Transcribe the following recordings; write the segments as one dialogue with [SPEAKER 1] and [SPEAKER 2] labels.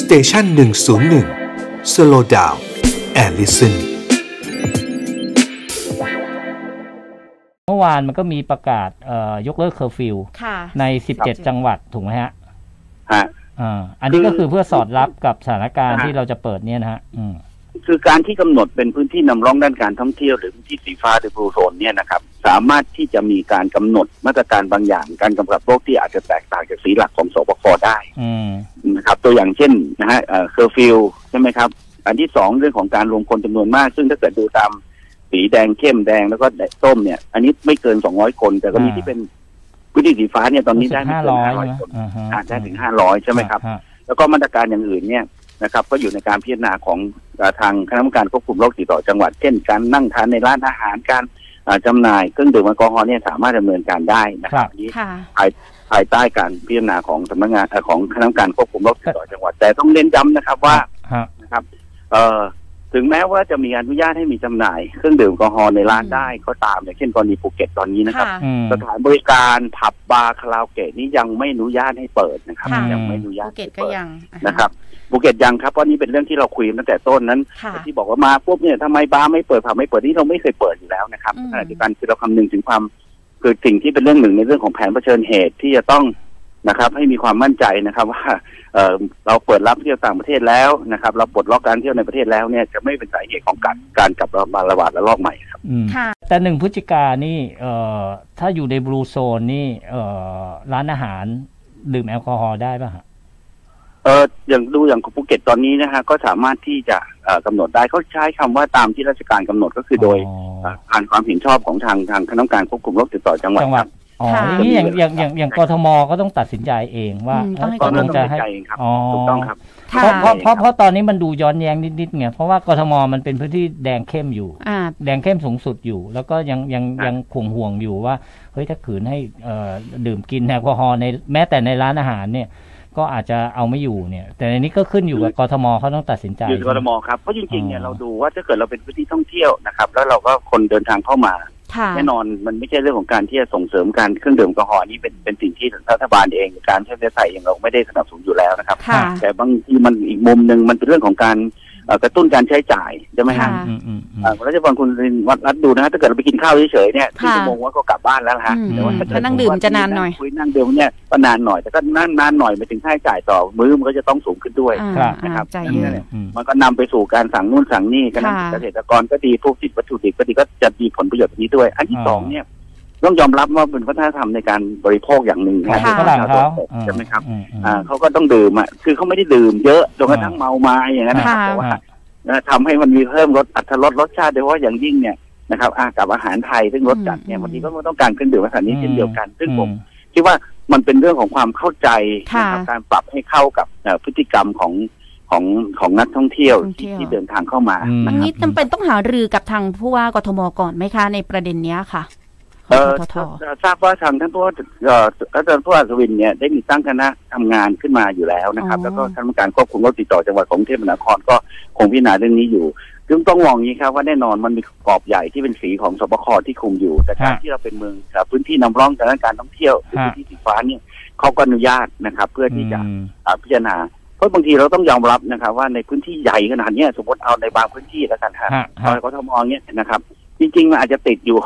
[SPEAKER 1] สเตชันหนึ่งศูนย์หนึ่งสโลดาวแอลลิสัน
[SPEAKER 2] เมื่อวานมันก็มีประกาศเอ่อยกเลิกเคอร์ฟิว
[SPEAKER 3] ค่ะ
[SPEAKER 2] ใน
[SPEAKER 3] ครับ
[SPEAKER 2] 17 จังหวัดถูกไหมฮะ
[SPEAKER 4] ฮะ
[SPEAKER 2] อ่าอันนี้ก็
[SPEAKER 4] คื
[SPEAKER 2] คือ
[SPEAKER 4] อ
[SPEAKER 2] เพื่อสอดรับกับสถานการณ์
[SPEAKER 4] อ่า
[SPEAKER 2] ที่เราจะเปิดเนี่ยนะฮะอืม
[SPEAKER 4] คือการที่กำหนดเป็นพื้นที่นำร่องด้านการท่องเที่ยวหรือพื้นที่สีฟ้าหรือบลูโซนเนี่ยนะครับ สามารถที่จะมีการกำหนดมาตรการบางอย่าง การกำกับโรคที่อาจจะแตกต่างจากสีหลักของสบคได้
[SPEAKER 2] อืม
[SPEAKER 4] นะครับตัวอย่างเช่นนะฮะเคอร์ฟิวใช่ไหมครับ อันที่สองเรื่องของการรวมคนจำนวนมาก ซึ่งถ้าเกิดดูตามสีแดงเข้มแดงแล้วก็แดงส้มเนี่ย อันนี้ไม่เกินสองร้อยคน แต่ก็มีที่เป็นพื้นที่สีฟ้าเนี่ยตอนนี้ได้ไม่
[SPEAKER 2] ห้า
[SPEAKER 4] เกิน
[SPEAKER 2] ร้อย
[SPEAKER 4] ห้าร้อย
[SPEAKER 2] ใช่ไหม
[SPEAKER 4] คน
[SPEAKER 2] อ่าฮะ
[SPEAKER 4] อาจได้ถึงห้าร้อยใช่ไหมครับ
[SPEAKER 2] ฮะ
[SPEAKER 4] แล้วก็มาตรการอย่างอื่นเนี่ยนะครับ ก็อยู่ในการพิจารณาของเอ่อทางคณะกรรมการควบคุมโรคติดต่อจังหวัด เช่นการนั่งทานในร้านอาหารการเอ่อจำหน่ายเครื่องดื่มแอลกอฮอล์เนี่ยสามารถดำเนินการได้นะ
[SPEAKER 2] ค
[SPEAKER 4] ค
[SPEAKER 2] รั
[SPEAKER 4] รั
[SPEAKER 2] บบ
[SPEAKER 4] อันนี้
[SPEAKER 3] ค่ะ
[SPEAKER 4] ภายใต้การพิจารณาของสำนักงานเอ่อของคณะกรรมการควบคุมโรคติดต่อจังหวัด แต่ต้องเน้นย้ำนะครับว่า
[SPEAKER 2] ฮะ
[SPEAKER 4] นะครับเอ่อถึงแม้ว่าจะมีอนุญาตให้มีจำหน่ายเครื่องดื่มแอลกอฮอล์ในร้าน
[SPEAKER 3] อืม
[SPEAKER 4] ได้ก็ตามอย่างเช่นกรณีภูเก็ตตอนนี้นะครับ
[SPEAKER 3] ค่ะ
[SPEAKER 2] อืม
[SPEAKER 4] สถานบริการผับบาร์คาราโอเกะนี่ยังไม่อนุญาตให้เปิดนะครับ
[SPEAKER 3] ค่ะ
[SPEAKER 4] ยังไม่อนุญา
[SPEAKER 3] ภู
[SPEAKER 4] ต
[SPEAKER 3] เก็ต
[SPEAKER 4] ให้
[SPEAKER 3] ก็
[SPEAKER 4] เปิด
[SPEAKER 3] ยังอ่าฮ
[SPEAKER 4] นะครับภูเก็ตยังครับเพราะนี่เป็นเรื่องที่เราคุยตั้งแต่ต้นนั้น
[SPEAKER 3] ค่ะ
[SPEAKER 4] ที่บอกว่ามาปุ๊บเนี่ยทำไมบาร์ไม่เปิดผับไม่เปิดนี่เราไม่เคยเปิดอยู่แล้วนะครับ
[SPEAKER 3] อืม
[SPEAKER 4] ขณะเดียวกันคือเราคำนึงถึงความคือสิ่งที่เป็นเรื่องหนึ่งในเรื่องของแผนเผชิญเหตุที่จะต้องนะครับ ให้มีความมั่นใจนะครับว่าเอ่อเราเปิดรับเที่ยวต่างประเทศแล้วนะครับ เราปลดล็อกการเที่ยวในประเทศแล้วเนี่ยจะไม่เป็นสาเหตุของการการกลับมาระบาดระลอกใหม่ครับ
[SPEAKER 2] อืม
[SPEAKER 3] ค่ะ
[SPEAKER 2] แต่หนึ่งพฤศจิกายนนี่เอ่อถ้าอยู่ในบลูโซนนี่เอ่อร้านอาหารดื่มแอลกอฮอล์ได้ป่ะฮะ
[SPEAKER 4] เอออย่างดูอย่างของภูเก็ตตอนนี้นะฮะก็สามารถที่จะเอ่อกำหนดได้เขาใช้คำว่าตามที่ราชการกำหนดก็คือโดย อ่าผ่านความเห็นชอบของทางทางคณะกรรมการควบคุมโรคติดต่อจังหวัด
[SPEAKER 2] จังหวัด
[SPEAKER 4] ครับ
[SPEAKER 2] อ๋อ
[SPEAKER 3] ค่ะ
[SPEAKER 2] อย่างนี้อย่างอย่างอย่างอย่างก
[SPEAKER 4] ครับ
[SPEAKER 2] ทมก็ต้องตัดสินใจเองว่า
[SPEAKER 3] อืมต้องให้
[SPEAKER 2] ตกลงจะ
[SPEAKER 4] ให้
[SPEAKER 2] ให้
[SPEAKER 4] ใจเองครับ
[SPEAKER 2] อ๋อ
[SPEAKER 4] ถูกต้องครับ
[SPEAKER 2] เพ
[SPEAKER 3] ค่ะ
[SPEAKER 2] ราะเพราะเพราะ
[SPEAKER 4] ครับ
[SPEAKER 2] เพราะตอนนี้มันดูย้อนแย้งนิดๆไงเพราะว่ากทมมันเป็นพื้นที่แดงเข้มอยู่
[SPEAKER 3] อ่า
[SPEAKER 2] แดงเข้มสูงสุดอยู่ แล้วก็ยังยัง
[SPEAKER 4] ครับ
[SPEAKER 2] ยังข่วงห่วงอยู่ว่าเฮ้ยถ้าขืนให้เอ่อดื่มกินแอลกอฮอล์ในแม้แต่ในร้านอาหารเนี่ย ก็อาจจะเอาไม่อยู่เนี่ย แต่ในนี้ก็ขึ้นอยู่กับกทมเขาต้องตัดสินใจ
[SPEAKER 4] อยู่ที่กรมครับเพราะจริงๆเนี่ย
[SPEAKER 2] อ๋อ
[SPEAKER 4] เราดูว่าถ้าเกิดเราเป็นพื้นที่ท่องเที่ยวนะครับแล้วเราก็คนเดินทางเข้ามา
[SPEAKER 3] ค่ะ
[SPEAKER 4] แน่นอนมันไม่ใช่เรื่องของการที่จะส่งเสริมการเครื่องดื่มแอลกอฮอล์นี่เป็นเป็นสิ่งที่รัฐบาลเองการเช่นไทยเองเราไม่ได้สนับสนุนอยู่แล้วนะครับ
[SPEAKER 3] ค่ะ
[SPEAKER 4] แต่บางทีมันอีกมุมหนึ่งมันเป็นเรื่องของการเอ่อกระตุ้นการใช้จ่ายใช่ไหมฮะ
[SPEAKER 3] ค่ะ
[SPEAKER 2] อืมอืมอืม
[SPEAKER 4] อ่ารัฐบาลคุณวัดรัฐดูนะฮะถ้าเกิดเราไปกินข้าวเฉยๆเนี่ยสี่
[SPEAKER 3] ค่ะ
[SPEAKER 4] ชั่วโมงว่าก็กลับบ้านแล้วนะฮะ
[SPEAKER 3] อืม
[SPEAKER 2] แต่ว่าถ้าเกิด
[SPEAKER 3] ถ้านั่งดื่มจะนานหน่อย
[SPEAKER 4] คุยนั่งเดียวเนี่ยก็นานหน่อยแต่ก็นานนานหน่อยไปถึงค่าใช้จ่ายต่อมื้อมันก็จะต้องสูงขึ้นด้วย
[SPEAKER 3] อ่า
[SPEAKER 2] ครับ
[SPEAKER 3] อ่า
[SPEAKER 4] นะครับ
[SPEAKER 3] ใจเย็น
[SPEAKER 2] อืม
[SPEAKER 4] มันก็นำไปสู่การสั่งนู่นสั่งนี่กันนะ
[SPEAKER 3] ค่ะ
[SPEAKER 4] เกษตรกรก็ดีผู้ผลิตวัตถุดิบก็ดีก็จะมีผลประโยชน์ตรงนี้ด้วย อันที่
[SPEAKER 2] อ่า
[SPEAKER 4] สองเนี่ยต้องยอมรับว่าเป็นวัฒนธรรมในการบริโภคอย่างหนึ่ง
[SPEAKER 2] ของ
[SPEAKER 4] นะ
[SPEAKER 2] ฝรั่งเขา
[SPEAKER 4] ใช่ไหมครับ
[SPEAKER 2] อือืม
[SPEAKER 4] อ่าเขาก็ต้องดื่มอ่ะคือเขาไม่ได้ดื่มเยอะจนกระทั่งเมาไม้อย่างนั้นนะ
[SPEAKER 3] ค่ะ
[SPEAKER 4] แต่ว่านะทำให้มันมีเพิ่มรสอัตรสรสชาติโดยเฉพาะอย่างยิ่งเนี่ยนะครับอ่ากับอาหารไทยซึ่งรสจัดเนี่ย
[SPEAKER 3] อืม
[SPEAKER 4] บางทีก็ต้องการเครื่องดื่มลักษณะนี้เช่นเดียวกันซึ่งผม
[SPEAKER 2] อื
[SPEAKER 4] คิดว่ามันเป็นเรื่องของความเข้าใจ
[SPEAKER 3] ค่ะ
[SPEAKER 4] นะครับการปรับให้เข้ากับเอ่อพฤติกรรมของของของนักท่องเที่ยว
[SPEAKER 3] ท่องเที่
[SPEAKER 4] ที่
[SPEAKER 3] ยว
[SPEAKER 4] ที่เดินทางเข้ามา
[SPEAKER 2] อืม
[SPEAKER 4] นะค
[SPEAKER 3] นี้
[SPEAKER 4] รับ
[SPEAKER 3] จำเป็นต้องหารือกับทางผู้ว่ากทมก่อนไหมคะในประเด็นเนี้ยค่ะข
[SPEAKER 4] เอ
[SPEAKER 3] อง
[SPEAKER 4] อ
[SPEAKER 3] ทท
[SPEAKER 4] ทราบว่าทางท่านผู้ว่าเอ่ออาจารย์ผู้ว่าสวินเนี่ยได้มีตั้งคณะทำงานขึ้นมาอยู่แล้วนะครับ
[SPEAKER 3] อ๋อ
[SPEAKER 4] แล้วก็คณะกรรมการควบคุมโรคติดต่อจังหวัดของกรุงเทพมหานครก็คงพิจารณาเรื่องนี้อยู่ซึ่งต้องมองอย่างนี้ครับว่าแน่นอนมันมีกรอบใหญ่ที่เป็นสีของสบคที่คุมอยู่ แต่การ
[SPEAKER 2] ฮะ
[SPEAKER 4] ที่เราเป็นเมืองเอ่อพื้นที่นำร่องทางด้านการท่องเที่ยวหรือ
[SPEAKER 2] ฮะ
[SPEAKER 4] พื้นที่สีฟ้าเนี่ยเขาก็อนุญาตนะครับเพื่อที่จะ
[SPEAKER 2] อืม
[SPEAKER 4] อ่าพิจารณาเพราะบางทีเราต้องยอมรับนะครับ ว่าในพื้นที่ใหญ่ขนาดเนี้ยสมมติเอาในบางพื้นที่แล้วกันฮะ
[SPEAKER 2] ฮะ
[SPEAKER 4] ซอยกทมเนี้ยนะครับ จริงๆมันอาจจะติดอยู่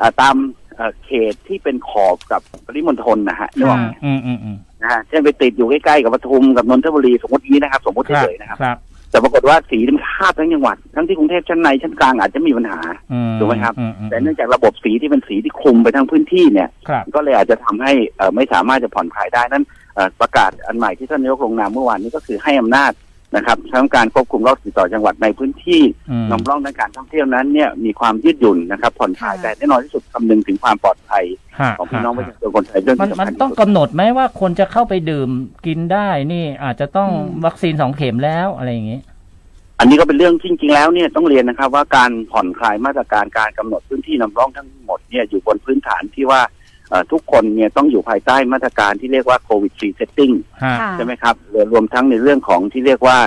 [SPEAKER 4] อ่าตามเอ่อเขตที่เป็นขอบกับปริมณฑลนะฮะนึกออกไหม
[SPEAKER 2] อืมอืมอืม
[SPEAKER 4] นะฮะเช่นไปติดอยู่ใกล้ๆกับปทุมกับนนทบุรีสมมตินี้นะครับ สมมติ
[SPEAKER 2] ครับ
[SPEAKER 4] เฉยๆนะครับ
[SPEAKER 2] ครับ
[SPEAKER 4] แต่ปรากฏว่าสีมันคาบทั้งจังหวัด ทั้งที่กรุงเทพชั้นในชั้นกลางอาจจะมีปัญหา
[SPEAKER 2] อื
[SPEAKER 4] ถูกไหมครับ
[SPEAKER 2] อือืม
[SPEAKER 4] แต่เนื่องจากระบบสีที่เป็นสีที่คลุมไปทั้งพื้นที่เนี่ย
[SPEAKER 2] ครับ
[SPEAKER 4] ก็เลยอาจจะทำให้เอ่อไม่สามารถจะผ่อนคลายได้นั้นเอ่อประกาศอันใหม่ที่ท่านนายกลงนามเมื่อวานนี้ก็คือให้อำนาจนะครับทางการควบคุมโรคติดต่อจังหวัดในพื้นที่
[SPEAKER 2] อืม
[SPEAKER 4] นำร่องด้านการท่องเที่ยวนั้นเนี่ยมีความยืดหยุ่นนะครับผ่อนคลาย
[SPEAKER 3] ค่ะ
[SPEAKER 4] แต่แน่นอนที่สุดคำนึงถึงความปลอดภัย
[SPEAKER 2] ฮะ
[SPEAKER 4] ของพี่น้องป
[SPEAKER 2] ฮะ
[SPEAKER 4] ระชาชนคนไทยเรื่อง
[SPEAKER 2] มัน
[SPEAKER 4] ที่สำ
[SPEAKER 2] มัน
[SPEAKER 4] คัญที่
[SPEAKER 2] ต้อง
[SPEAKER 4] สุด
[SPEAKER 2] กำหนดไหมว่าคนจะเข้าไปดื่มกินได้นี่อาจจะต้อง
[SPEAKER 3] อืม
[SPEAKER 2] วัคซีนสองเข็มแล้วอะไรอย่างงี้
[SPEAKER 4] อันนี้ก็เป็นเรื่องจริง ๆ แล้วเนี่ยต้องเรียนนะครับว่าการผ่อนคลายมาตรการการกำหนดพื้นที่นำร่องทั้งหมดเนี่ยอยู่บนพื้นฐานที่ว่าเอ่อทุกคนเนี่ยต้องอยู่ภายใต้มาตรการที่เรียกว่า COVID free setting
[SPEAKER 2] ฮะ
[SPEAKER 3] ค่ะ
[SPEAKER 4] ใช่ไหมครับเอ่อรวมทั้งในเรื่องของที่เรียกว่า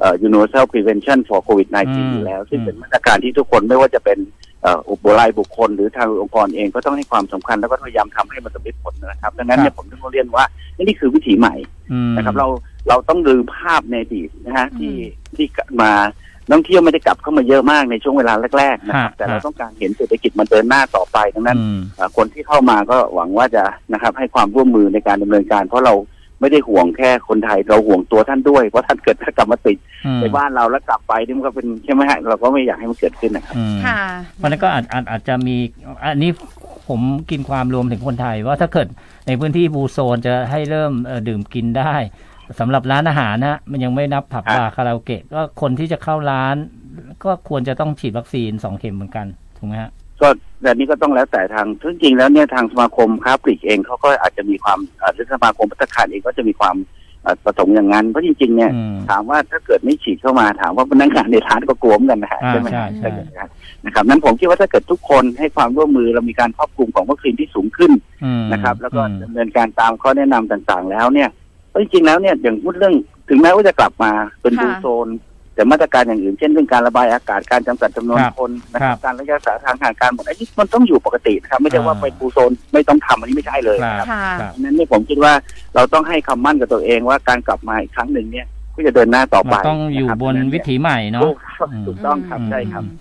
[SPEAKER 4] เอ่อ universal prevention for covid
[SPEAKER 2] อืม
[SPEAKER 4] 19อยู่แล้ว ซึ่งเป็นมาตรการที่ทุกคนไม่ว่าจะเป็นเอ่ออุบลายบุคคล หรือทางองค์กรเองก็ต้องให้ความสำคัญแล้วก็พยายามทำให้มันสำเร็จผลนะครับ ดังนั้นเนี่ยผมต้องเรียนว่านี่คือวิถีใหม่
[SPEAKER 2] อืม
[SPEAKER 4] นะครับ เรา เราต้องลืมภาพในอดีตนะฮะ
[SPEAKER 3] อืม
[SPEAKER 4] ที่ที่กลับมานักท่องเที่ยวไม่ได้กลับเข้ามาเยอะมากในช่วงเวลาแรกๆนะค
[SPEAKER 2] ค
[SPEAKER 4] รั
[SPEAKER 2] รับ บ
[SPEAKER 4] แต่เราต้องการเห็นเศรษฐกิจมันเดินหน้าต่อไปดังนั้น
[SPEAKER 2] อืม
[SPEAKER 4] เอ่อคนที่เข้ามาก็หวังว่าจะนะครับให้ความร่วมมือในการดำเนินการ เพราะเราไม่ได้ห่วงแค่คนไทยเราห่วงตัวท่านด้วย เพราะท่านเกิดถ้ากลับมาติด
[SPEAKER 2] อืม
[SPEAKER 4] ในบ้านเราแล้วกลับไปนี่มันก็เป็นใช่ไหมฮะเราก็ไม่อยากให้มันเกิดขึ้นนะครับ
[SPEAKER 2] อืม
[SPEAKER 3] ค่ะ
[SPEAKER 2] เพราะฉะนั้นก็อาจอาจอาจจะมีอันนี้ผมกินความรวมถึงคนไทย ว่าถ้าเกิดในพื้นที่บลูโซนจะให้เริ่มเอ่อดื่มกินได้สำหรับร้านอาหารนะฮะมันยังไม่นับผับบาร์คาราโอเกะก็คนที่จะเข้าร้าน ก็ควรจะต้องฉีดวัคซีนสองเข็มเหมือนกันถูกไหมฮะ
[SPEAKER 4] ก็แต่นี้ก็ต้องแล้วแต่ทางซึ่งจริงๆแล้วเนี่ยทางสมาคมค้าปลีกเองเขาก็อาจจะมีความเอ่อหรือสมาคมพัตตาคารเองก็จะมีความเอ่อประสงค์อย่างนั้นเพราะจริงๆเนี่ย
[SPEAKER 2] อืม
[SPEAKER 4] ถามว่าถ้าเกิดไม่ฉีดเข้ามาถามว่าพนักงานในร้านก็กลัวเหมือนกันนะฮะ
[SPEAKER 2] อ่า
[SPEAKER 4] ใช่ไหม
[SPEAKER 2] ใช่
[SPEAKER 4] ฮะ
[SPEAKER 2] ใช่
[SPEAKER 4] นะครับนั้นผมคิดว่าถ้าเกิดทุกคนให้ความร่วมมือเรามีการครอบคลุมของวัคซีนที่สูงขึ้น
[SPEAKER 2] อืม
[SPEAKER 4] นะครับแล้วก็
[SPEAKER 2] อืม
[SPEAKER 4] ดำเนินการตามข้อแนะนำต่างๆ แล้วเนี่ยเอ้ยจริงๆแล้วเนี่ยอย่างพูดเรื่องถึงแม้ว่าจะกลับมาเป็น
[SPEAKER 3] ค่ะ
[SPEAKER 4] ดูโซน แต่มาตรการอย่างอื่นเช่นเรื่องการระบายอากาศการจำกัดจำนวน
[SPEAKER 2] ครับ
[SPEAKER 4] คนนะ
[SPEAKER 2] ค
[SPEAKER 4] ค
[SPEAKER 2] รั
[SPEAKER 4] รั
[SPEAKER 2] บบ
[SPEAKER 4] การระยะสาทางห่างการหมดอันนี้มันต้องอยู่ปกตินะครับไม่ใช่ว่า
[SPEAKER 2] อ่า
[SPEAKER 4] ไปดูโซนไม่ต้องทำอันนี้ไม่ใช่เลย
[SPEAKER 2] ครับ
[SPEAKER 4] นะครับ
[SPEAKER 3] ค่ะ
[SPEAKER 2] ครับ
[SPEAKER 4] ฉะนั้นเนี่ยผมคิดว่าเราต้องให้คำมั่นกับตัวเองว่าการกลับมาอีกครั้งหนึ่งเนี่ยก็จะเดินหน้าต่อไป
[SPEAKER 2] เราต้องอยู่
[SPEAKER 4] ะครัฉะ
[SPEAKER 2] บนวิถีใหม่เนาะ
[SPEAKER 4] ถูกต้องถูกต้องครับ
[SPEAKER 2] อืม
[SPEAKER 4] ใช่ครับ